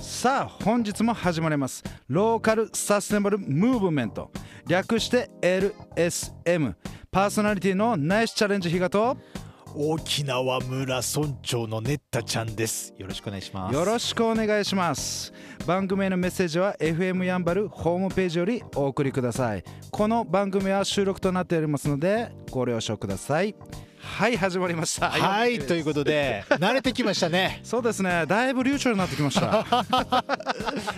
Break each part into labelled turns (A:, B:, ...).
A: さあ本日も始まりますローカルサステナブルムーブメント略して LSM パーソナリティのナイスチャレンジ日賀と
B: 沖縄村村長のネッタちゃんですよろしくお願いします
A: よろ
B: し
A: しくお願いします番組へのメッセージは FM やんばるホームページよりお送りくださいこの番組は収録となっておりますのでご了承くださいはい始まりました
B: はいということで慣れてきましたね
A: そうですねだいぶ流暢になってきました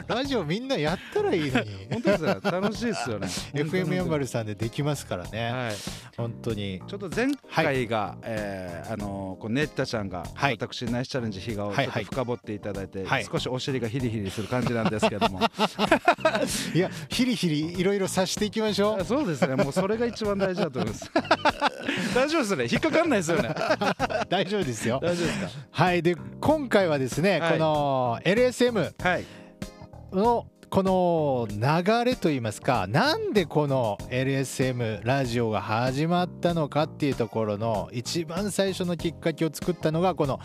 B: ラジオみんなやったらいいのに
A: 本当ですね楽しいですよね
B: FM やんば
A: る
B: るさんでできますからね、
A: はい
B: 本当に
A: ちょっと前回が、えーあのーこうネッタちゃんが、
B: はい
A: 私ナイスチャレンジ日がをち
B: は
A: ょっ
B: い
A: と
B: はい
A: 深掘っていただいて、
B: はい
A: 少しお尻がヒリヒリする感じなんですけど も
B: いやヒリヒリいろいろさしていきましょ
A: あそうですねもうそれが一番大事だと思います 大丈夫ですね引っかかんないですよね
B: う大丈夫ですよ
A: 大丈夫です
B: はいで今回はですね、
A: はい
B: この LSM
A: かはい
B: のこの流れといいますかなんでこの LSM ラジオが始まったのかっていうところの一番最初のきっかけを作ったのがこの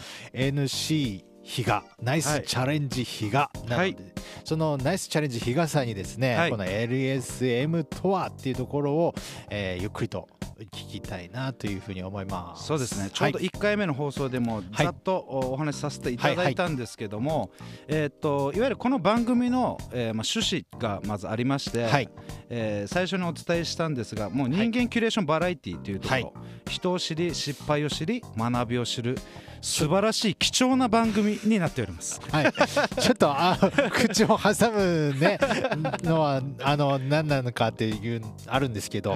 B: NC 比嘉ナイスチャレンジ比嘉なので、
A: はい
B: そのナイスチャレンジ比嘉さんにですね、
A: はい
B: この LSM とはっていうところを、えーゆっくりと聞きたいなというふうに思います。
A: そうですねちょうど
B: はい
A: 1回目の放送でも
B: はい
A: ざっとおお話しさせていただいたんですけども、いえーっといわゆるこの番組の、えーまあ、趣旨がまずありまして、
B: はい
A: えー最初にお伝えしたんですがもう人間キュレーションバラエティというところ、
B: はい
A: 人を知り失敗を知り学びを知る素晴らしい貴重な番組になっております。
B: はい、 ちょっとあ口を挟むねのはあの何なのかっていうあるんですけど、
A: い、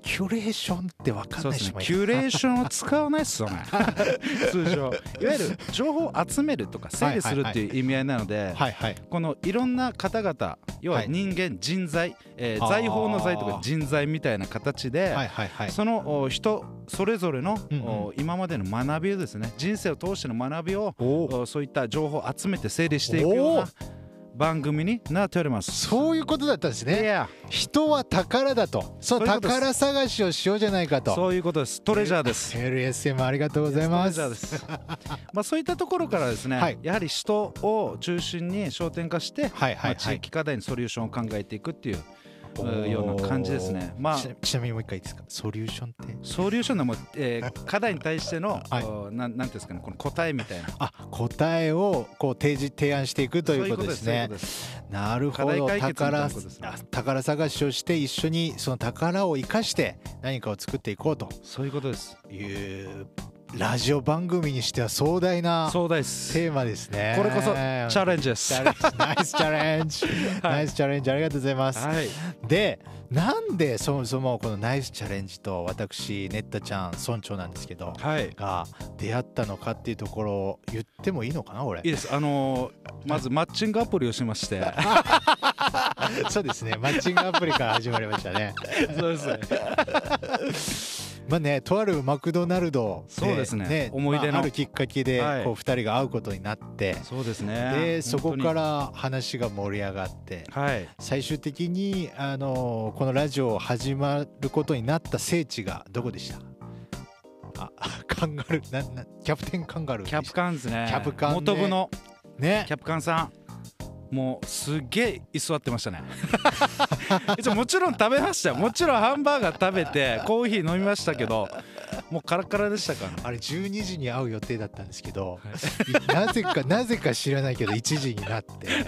B: キュレーションって分かん
A: そう
B: ない
A: で
B: ですし
A: ね
B: ょ。
A: キュレーションを使わないっすよね 通常いわゆる情報を集めるとか整理するっていう意味合いなので、
B: はいはい
A: このいろんな方々要は
B: はい
A: 人間、人材、えー
B: あー
A: 財宝の財とか人材みたいな形で、
B: はいはいはい
A: そのお人それぞれの、
B: うんうん
A: お今までの学びをですね人生を通しての学びを
B: お
A: おそういった情報を集めて整理していくよう
B: お
A: な
B: ー
A: 番組になっております。
B: そういうことだったんです
A: い
B: ね
A: や
B: 人は宝だとそ
A: そ
B: の
A: ういうことです
B: 宝探しをしようじゃないかと
A: そういうことですトレジャーです。
B: LSM ありがとうございます
A: そうですそうですまあそういったところからですね、
B: はい
A: やはり人を中心に焦点化して、
B: はい
A: ま
B: は
A: あ、
B: いは
A: 地
B: い
A: 域課題のソリューションを考えていくっていう
B: おー
A: ような感じですねまあ
B: ちなちなみにもう一回いいですかソリューションって
A: ソリューションのもう、えー 課題に対しての、
B: はい
A: おなんなんていうんですかねこの答えみたいな
B: あ答えをこう提示提案していくということです
A: そうい
B: ね
A: うことです
B: なるほど
A: 課題解決みたい
B: 宝
A: なことですね
B: あ宝探しをして一緒にその宝を生かして何かを作っていこうと
A: そういうことです
B: いうラジオ番組にしては壮大な
A: 壮大です
B: テーマですね
A: これこそチャレンジで
B: チ
A: す
B: ャ
A: は
B: レンジ ナイスチャレンジ、ナイスチャレンジありがとうございます、
A: い
B: でなんでそもそもこのナイスチャレンジと私ネッタちゃん村長なんですけど
A: はい
B: が出会ったのかっていうところを言ってもいいのかな俺
A: いいですあのーまずマッチングアプリをしまして
B: そうですねマッチングアプリから始まりましたね
A: そうですね
B: まあね、とあるマクドナルドで
A: そうですね思い出の
B: まあ、あるきっかけで、
A: はい
B: こう2人が会うことになって
A: そうですね
B: でそこからら話が盛り上がって
A: はい
B: 最終的に、あのこのラジオ始まることになった聖地がどこでしたあカンガルーななキャプテンカンガルーで
A: キャプ
B: した
A: カンですね
B: キャプカンね
A: 元部の
B: ね
A: キャプカンさんもうすっげえ居座ってま したね一応もちろん食べましたよもちろんハンバーガー食べてコーヒー飲みましたけどもうカラカラでしたから
B: あれ12時に会う予定だったんですけど、いなぜかなぜか知らないけど1時になって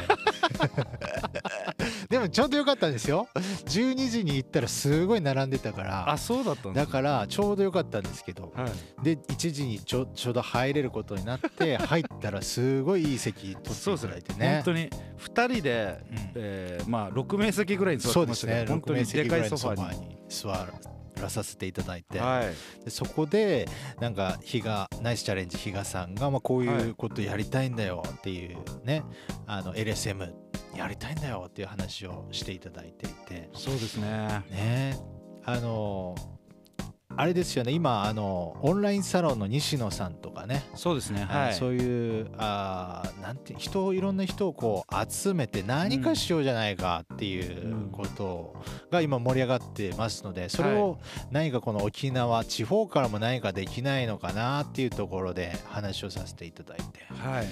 B: でもちょうどよかったんですよ12時に行ったらすごい並んでたから
A: あそうだったんで
B: だ
A: す
B: からちょうどよかったんですけど
A: はい、
B: で1時にちょちょうど入れることになって 入ったらすごいいい席取ってい
A: そうで
B: た
A: す
B: だい
A: ね
B: て
A: 本
B: ね
A: 当に2人で、
B: うん
A: えーまあ、6名席ぐらいに座っ
B: そ
A: て
B: うで
A: ました
B: す
A: けど、
B: ね
A: 本当
B: 6
A: に
B: 名
A: で
B: 席ぐ
A: からい
B: い
A: ソ
B: の
A: フ
B: ソフ
A: ァ
B: ァに座らさせていただいて、
A: に、はい、
B: でそこでなんか比嘉ナイスチャレンジ比嘉さんが、まあ、こう
A: はいいう
B: ことやりたいんだよっていうね、あの LSM やりたいんだよっていう話をしていただいていて
A: そうですね
B: ねあのあれですよね今あのオンラインサロンの西野さんとかね
A: そうですね
B: あ
A: は
B: の
A: い
B: そういうあーなんて人をいろんな人をこう集めて何かしようじゃないかっていうことが今盛り上がってますのでそれを何かこの沖縄地方からも何かできないのかなっていうところで話をさせていただいて
A: はい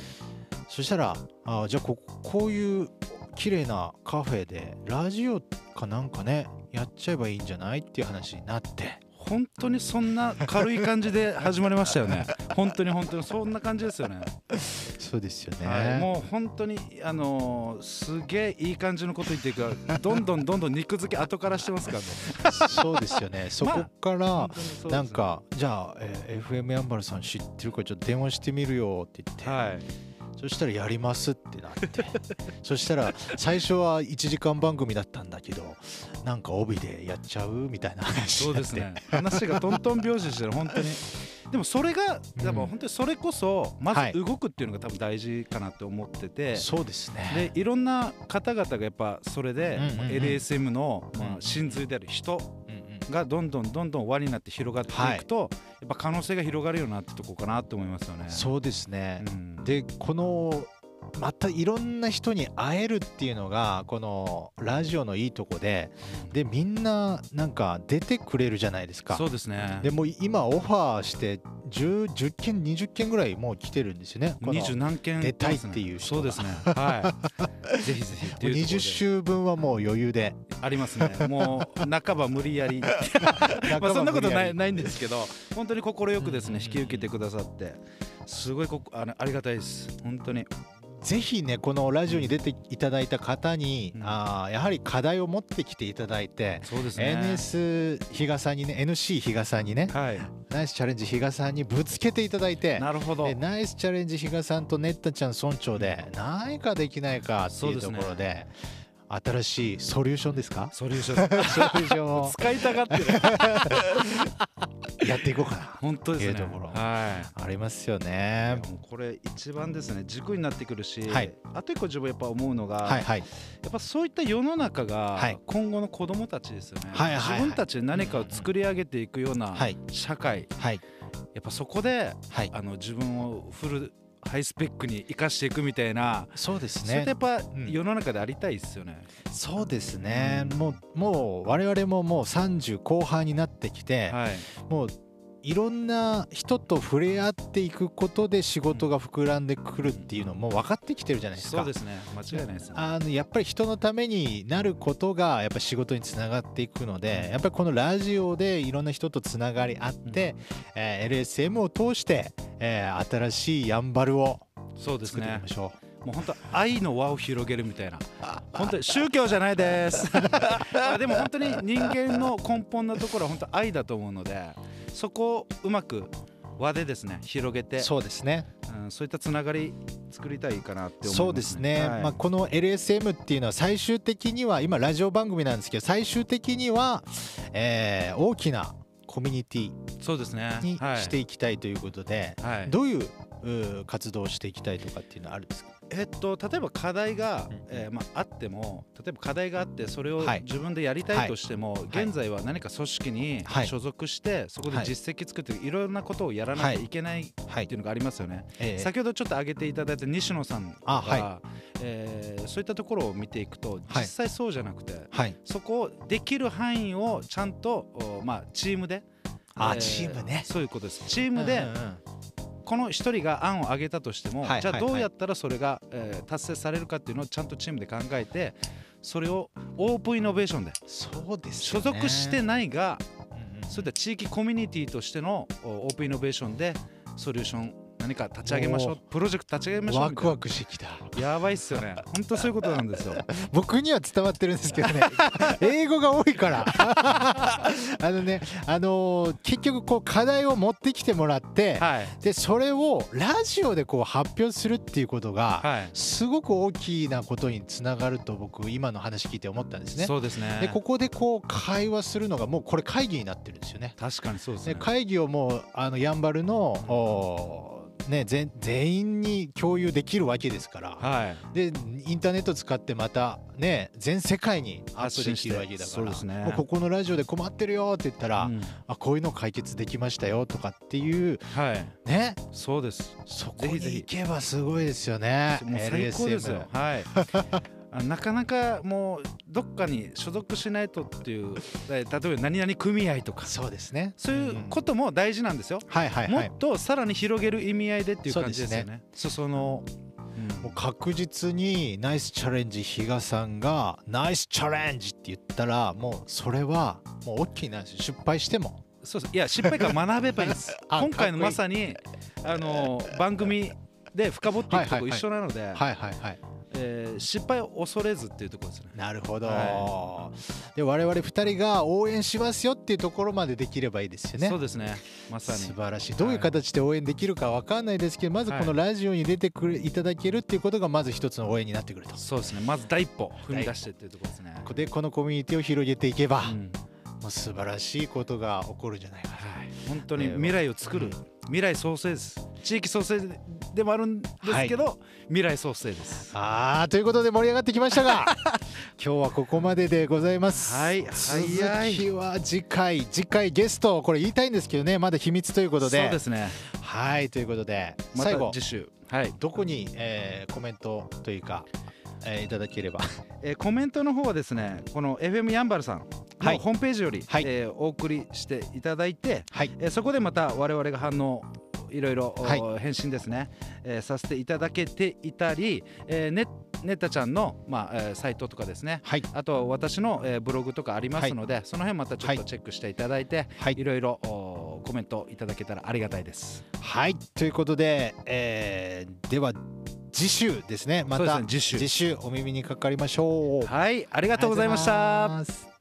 B: そしたらあーじゃあここういう綺麗なカフェでラジオかなんかねやっちゃえばいいんじゃないっていう話になって
A: 本当にそんな軽い感じで始まりましたよね本当に本当にそんな感じですよね
B: そうですよね、
A: はい、もう本当にあのーすげえいい感じのこと言っていくからどんどんどんどん肉付け後からしてますからね
B: そうです よねそこから
A: 本当にそうです
B: なんかじゃあ、えー FM やんばるさん知ってるからちょっと電話してみるよって言って、
A: はい
B: そしたらやりますってなって そしたら最初は1時間番組だったんだけどなんか帯でやっちゃうみたいな話
A: そ
B: に
A: う
B: な
A: で
B: って
A: すね話がトントン拍子してる本当にでもそれが、
B: うん
A: でも本当にそれこそま
B: はい
A: ず動くっていうのが多分大事かなって思ってて、
B: そうですね
A: でいろんな方々がやっぱそれで、
B: うんうんうん
A: まあ LSM の、ま
B: う
A: あ、
B: ん
A: 真髄である人
B: うんうん
A: がどんどんどんどん輪になって広がっていくと、やっぱ可能性が広がるようになってとこかなと思いますよね。
B: そうですね、
A: うん
B: でこのまたいろんな人に会えるっていうのがこのラジオのいいとこででみんななんか出てくれるじゃないですか
A: そうですね
B: でもう今オファーして10 10件20件ぐらいもう来てるんですよね。この
A: 二十何件
B: 出たいっていう人
A: そう
B: が
A: ですね はいぜひぜひっていうところで
B: 20週分はもう余裕で。
A: ありますねもう半ば無理 やり まあそんなことないないんですけど本当に快くですね
B: うんうんうん
A: 引き受けてくださってすごいこあのありがたいです本当に
B: ぜひねこのラジオに出ていただいた方に、
A: うん
B: あーやはり課題を持ってきていただいて、
A: そうですね
B: NS 比嘉さんにね NC 比嘉さんにね
A: はい
B: ナイスチャレンジ比嘉さんにぶつけていただいて
A: なるほど
B: でナイスチャレンジ比嘉さんとネッタちゃん村長で何かできないかっていうところ
A: そう
B: で新しいソリューションですか
A: ソリューション
B: ソリューションを
A: 使いたがってる
B: やっていこうかな。
A: 本当です
B: いい
A: ね
B: ところ
A: はい
B: ありますよ
A: いや
B: ね。
A: もうこれ一番ですね軸になってくるし、
B: はい
A: あと一個自分やっぱ思うのが、
B: はいはい。
A: やっぱそういった世の中
B: は
A: が
B: い
A: 今後の子供たちですよね、
B: はいはいはい
A: 自分たちで何かを作り上げていくような
B: はい
A: 社会、
B: はい
A: やっぱそこで
B: はい。
A: あの自分をフルハイスペックに生かしていくみたいな、
B: そうです
A: それってや
B: ね
A: っ。ぱ
B: ん
A: 世の中でありたいですよね。
B: そうですね
A: う。ん
B: もうもう我々ももう30後半になってきて、
A: はい、
B: もういろんな人と触れ合っていくことで仕事が膨らんでくるっていうのも分かってきてるじゃないですか。
A: そうですね間違いないですね。
B: あのやっぱり人のためになることがやっぱ仕事につながっていくのでやっぱりこのラジオでいろんな人とつながりあって、えー LSM を通して、えー新しいやんばるを
A: そうです
B: 作ってい
A: ね
B: きましょ
A: もう本当愛の輪を広げるみたいな本当に宗教じゃないです あでも本当に人間の根本なところは本当愛だと思うのでそこをうまく輪でですね広げ
B: う。
A: て
B: そうですね。
A: うん、そういったつながり作りたいかなって思います、ね、
B: そうですね。
A: はい
B: まあこの LSM っていうのは最終的には今ラジオ番組なんですけど最終的には、えー大きなコミュニティ
A: そうですね
B: に
A: はい
B: していきたいということで、
A: はい、
B: どういううー活動をしていきたいとかっていうのはあるんですか。
A: えっと、例えば課題が、
B: うん
A: えーまあ、あっても例えば課題があってそれを
B: はい
A: 自分でやりたいとしても、
B: い
A: 現在は何か組織に
B: はい
A: 所属して、そこで実績作っていろんなことをやらなきゃいけないっ
B: はい
A: ていうのがありますよね、
B: えー
A: 先ほどちょっと挙げていただいた西野さんが、
B: あは
A: えーそういったところを見ていくと
B: はい
A: 実際そうじゃなくて、
B: はい。
A: そこをできる範囲をちゃんと、おまあ、チームで。
B: あ
A: え
B: チームね
A: そういうことですチームで
B: うんうんうん
A: この一人が案を上げたとしても、
B: はい
A: じゃあ
B: はいはい
A: どうやったらそれが、えー達成されるかっていうのをちゃんとチームで考えてそれをオープンイノベーションで
B: そうです
A: 所
B: よね
A: 属してないが、
B: うんうん
A: そういった地域コミュニティとしてのおオープンイノベーションでソリューション何か立ち上げましょうプロジェクト立ち上げましょう
B: ワ
A: み
B: ク
A: たい
B: ワクしてきた
A: なやばいっすよ ね本当そういうことなんですよ
B: 僕 には伝わってるんですけどね 英語が多いから あのねあのー結局こう課題を持ってきてもらって、
A: はい
B: でそれをラジオでこう発表するっていうことが、
A: はい
B: すごく大きなことにつながると僕今の話聞いて思ったんですね
A: そうですね
B: でここでこう会話するのがもうこれ会議になってるんですよね
A: 確かにそうです
B: で
A: ね
B: 会議をもうあのやんばるの、おーね、全全員に共有できるわけですから、
A: はい
B: でインターネット使ってまたね全世界にアッ
A: 発
B: プ
A: 信
B: で
A: して
B: きるわけだから
A: そうですね
B: もうここのラジオで困ってるよって言ったら、
A: うん
B: あこういうの解決できましたよとかっていう
A: はい
B: ね
A: そうです
B: そこ
A: ぜひ
B: に
A: ぜひ
B: 行けばすごいですよね。
A: もう最高ですよ。はい。 あなかなかもうどっかに所属しないとっていうえ例えば何々組合とか
B: LSM そうですね
A: そういうことも大事なんですよ、
B: と、はいはいはい
A: もっとさらに広げる意味合いでっていう感じですよねそうその
B: もう確実にナイスチャレンジ比嘉さんがナイスチャレンジって言ったらもうそれはもう大きいなし失敗しても
A: そうそういや失敗から学べばいいんです
B: あ
A: 今回の
B: かっこいい
A: まさにあの番組で深掘っていくとこ一緒なので、
B: はいはいはい
A: えー失敗を恐れずっていうところですね
B: なるほど、
A: は
B: で我々2人が応援しますよっていうところまでできればいいですよね
A: そうですねまさ
B: 素
A: に
B: 晴らしいどういう形で応援できるかわかんないですけどまずこのラジオに出てくるいただけるっていうことがまず一つの応援になってくると
A: そうですねまず第一歩踏み出してっていうところですね、
B: でこのコミュニティを広げていけば、
A: うん
B: もう素晴らしいことが起こるんじゃないかな
A: はい、本当に未来を作る、未来創生です地域創生でもあるんですけど、未来創生です
B: あーということで盛り上がってきましたが 今日はここまででございます、
A: はい
B: 続
A: 早い
B: きは次回次回ゲストこれ言いたいんですけどねまだ秘密ということで
A: そうですね
B: はいということで、
A: ま
B: 最
A: た
B: 後
A: 次週はい、
B: どこに、えーコメントというか、えーいただければ
A: えーコメントの方はですねこの FM やんばるさん
B: は
A: の
B: い
A: ホームページより、
B: はい
A: えーお送りしていただいて、
B: はい
A: えーそこでまた我々が反応いろいろ、お
B: は
A: 返信ですね、えーさせていただけていたり、えーねねったちゃんの、まあえーサイトとかですね
B: はい
A: あとは私の、えーブログとかありますので、その辺またちょっとチェックしていただいて、
B: はい
A: い、ろいろおコメントいただけたらありがたいです。
B: はいということで、えーでは次週ですねま
A: そうで
B: た
A: すね次週
B: 次週お耳にかかりましょう
A: はい、あり
B: あ
A: がとうございました。
B: りがとうございます